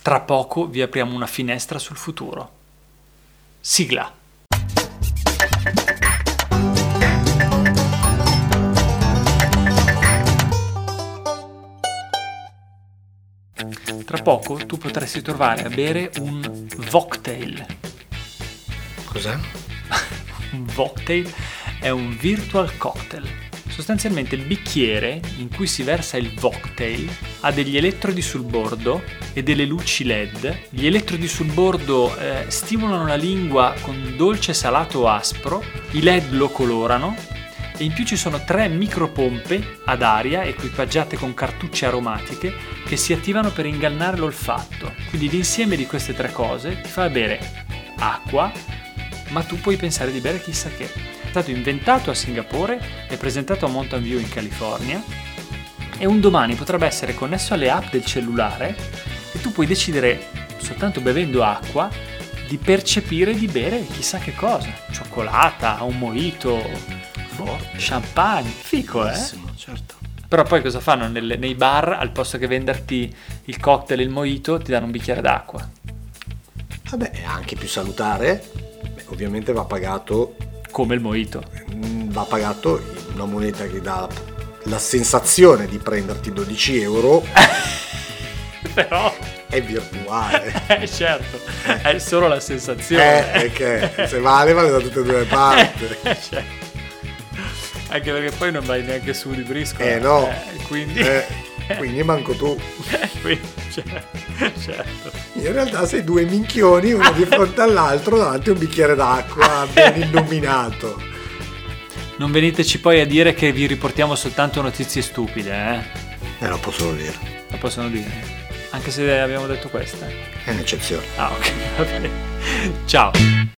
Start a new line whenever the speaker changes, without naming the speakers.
Tra poco vi apriamo una finestra sul futuro. Sigla. Tra poco tu potresti trovare a bere un Voktail.
Cos'è?
Un Voktail è un virtual cocktail. Sostanzialmente il bicchiere in cui si versa il Voktail ha degli elettrodi sul bordo e delle luci LED. Gli elettrodi sul bordo eh, stimolano la lingua con dolce, salato, aspro, i LED lo colorano e in più ci sono tre micropompe ad aria equipaggiate con cartucce aromatiche che si attivano per ingannare l'olfatto. Quindi l'insieme di queste tre cose ti fa bere acqua, ma tu puoi pensare di bere chissà che. È stato inventato a Singapore e presentato a Mountain View in California e un domani potrebbe essere connesso alle app del cellulare e tu puoi decidere soltanto bevendo acqua di percepire di bere chissà che cosa, cioccolata, un mojito,
Forte.
Champagne, fico eh?
Bellissimo, certo.
Però poi cosa fanno nelle- nei bar? Al posto che venderti il cocktail e il mojito, ti danno un bicchiere d'acqua.
Vabbè, è anche più salutare. Beh, ovviamente va pagato,
Come il mojito.
mm, va pagato in una moneta che dà la sensazione di prenderti 12 euro
Però,
è virtuale.
eh, certo, è solo la sensazione.
Eh, perché se vale vale da tutte e due le parti.
Eh, certo. Anche perché poi non vai neanche su di briscola.
Eh no.
quindi...
Eh, quindi manco tu.
quindi, certo, certo.
In realtà sei due minchioni, uno di fronte all'altro, davanti a un bicchiere d'acqua ben illuminato.
Non veniteci poi a dire che vi riportiamo soltanto notizie stupide, eh?
Eh, lo posso dire.
Lo possono dire. Anche se abbiamo detto questa.
È un'eccezione.
Ah, ok, va bene. Ciao.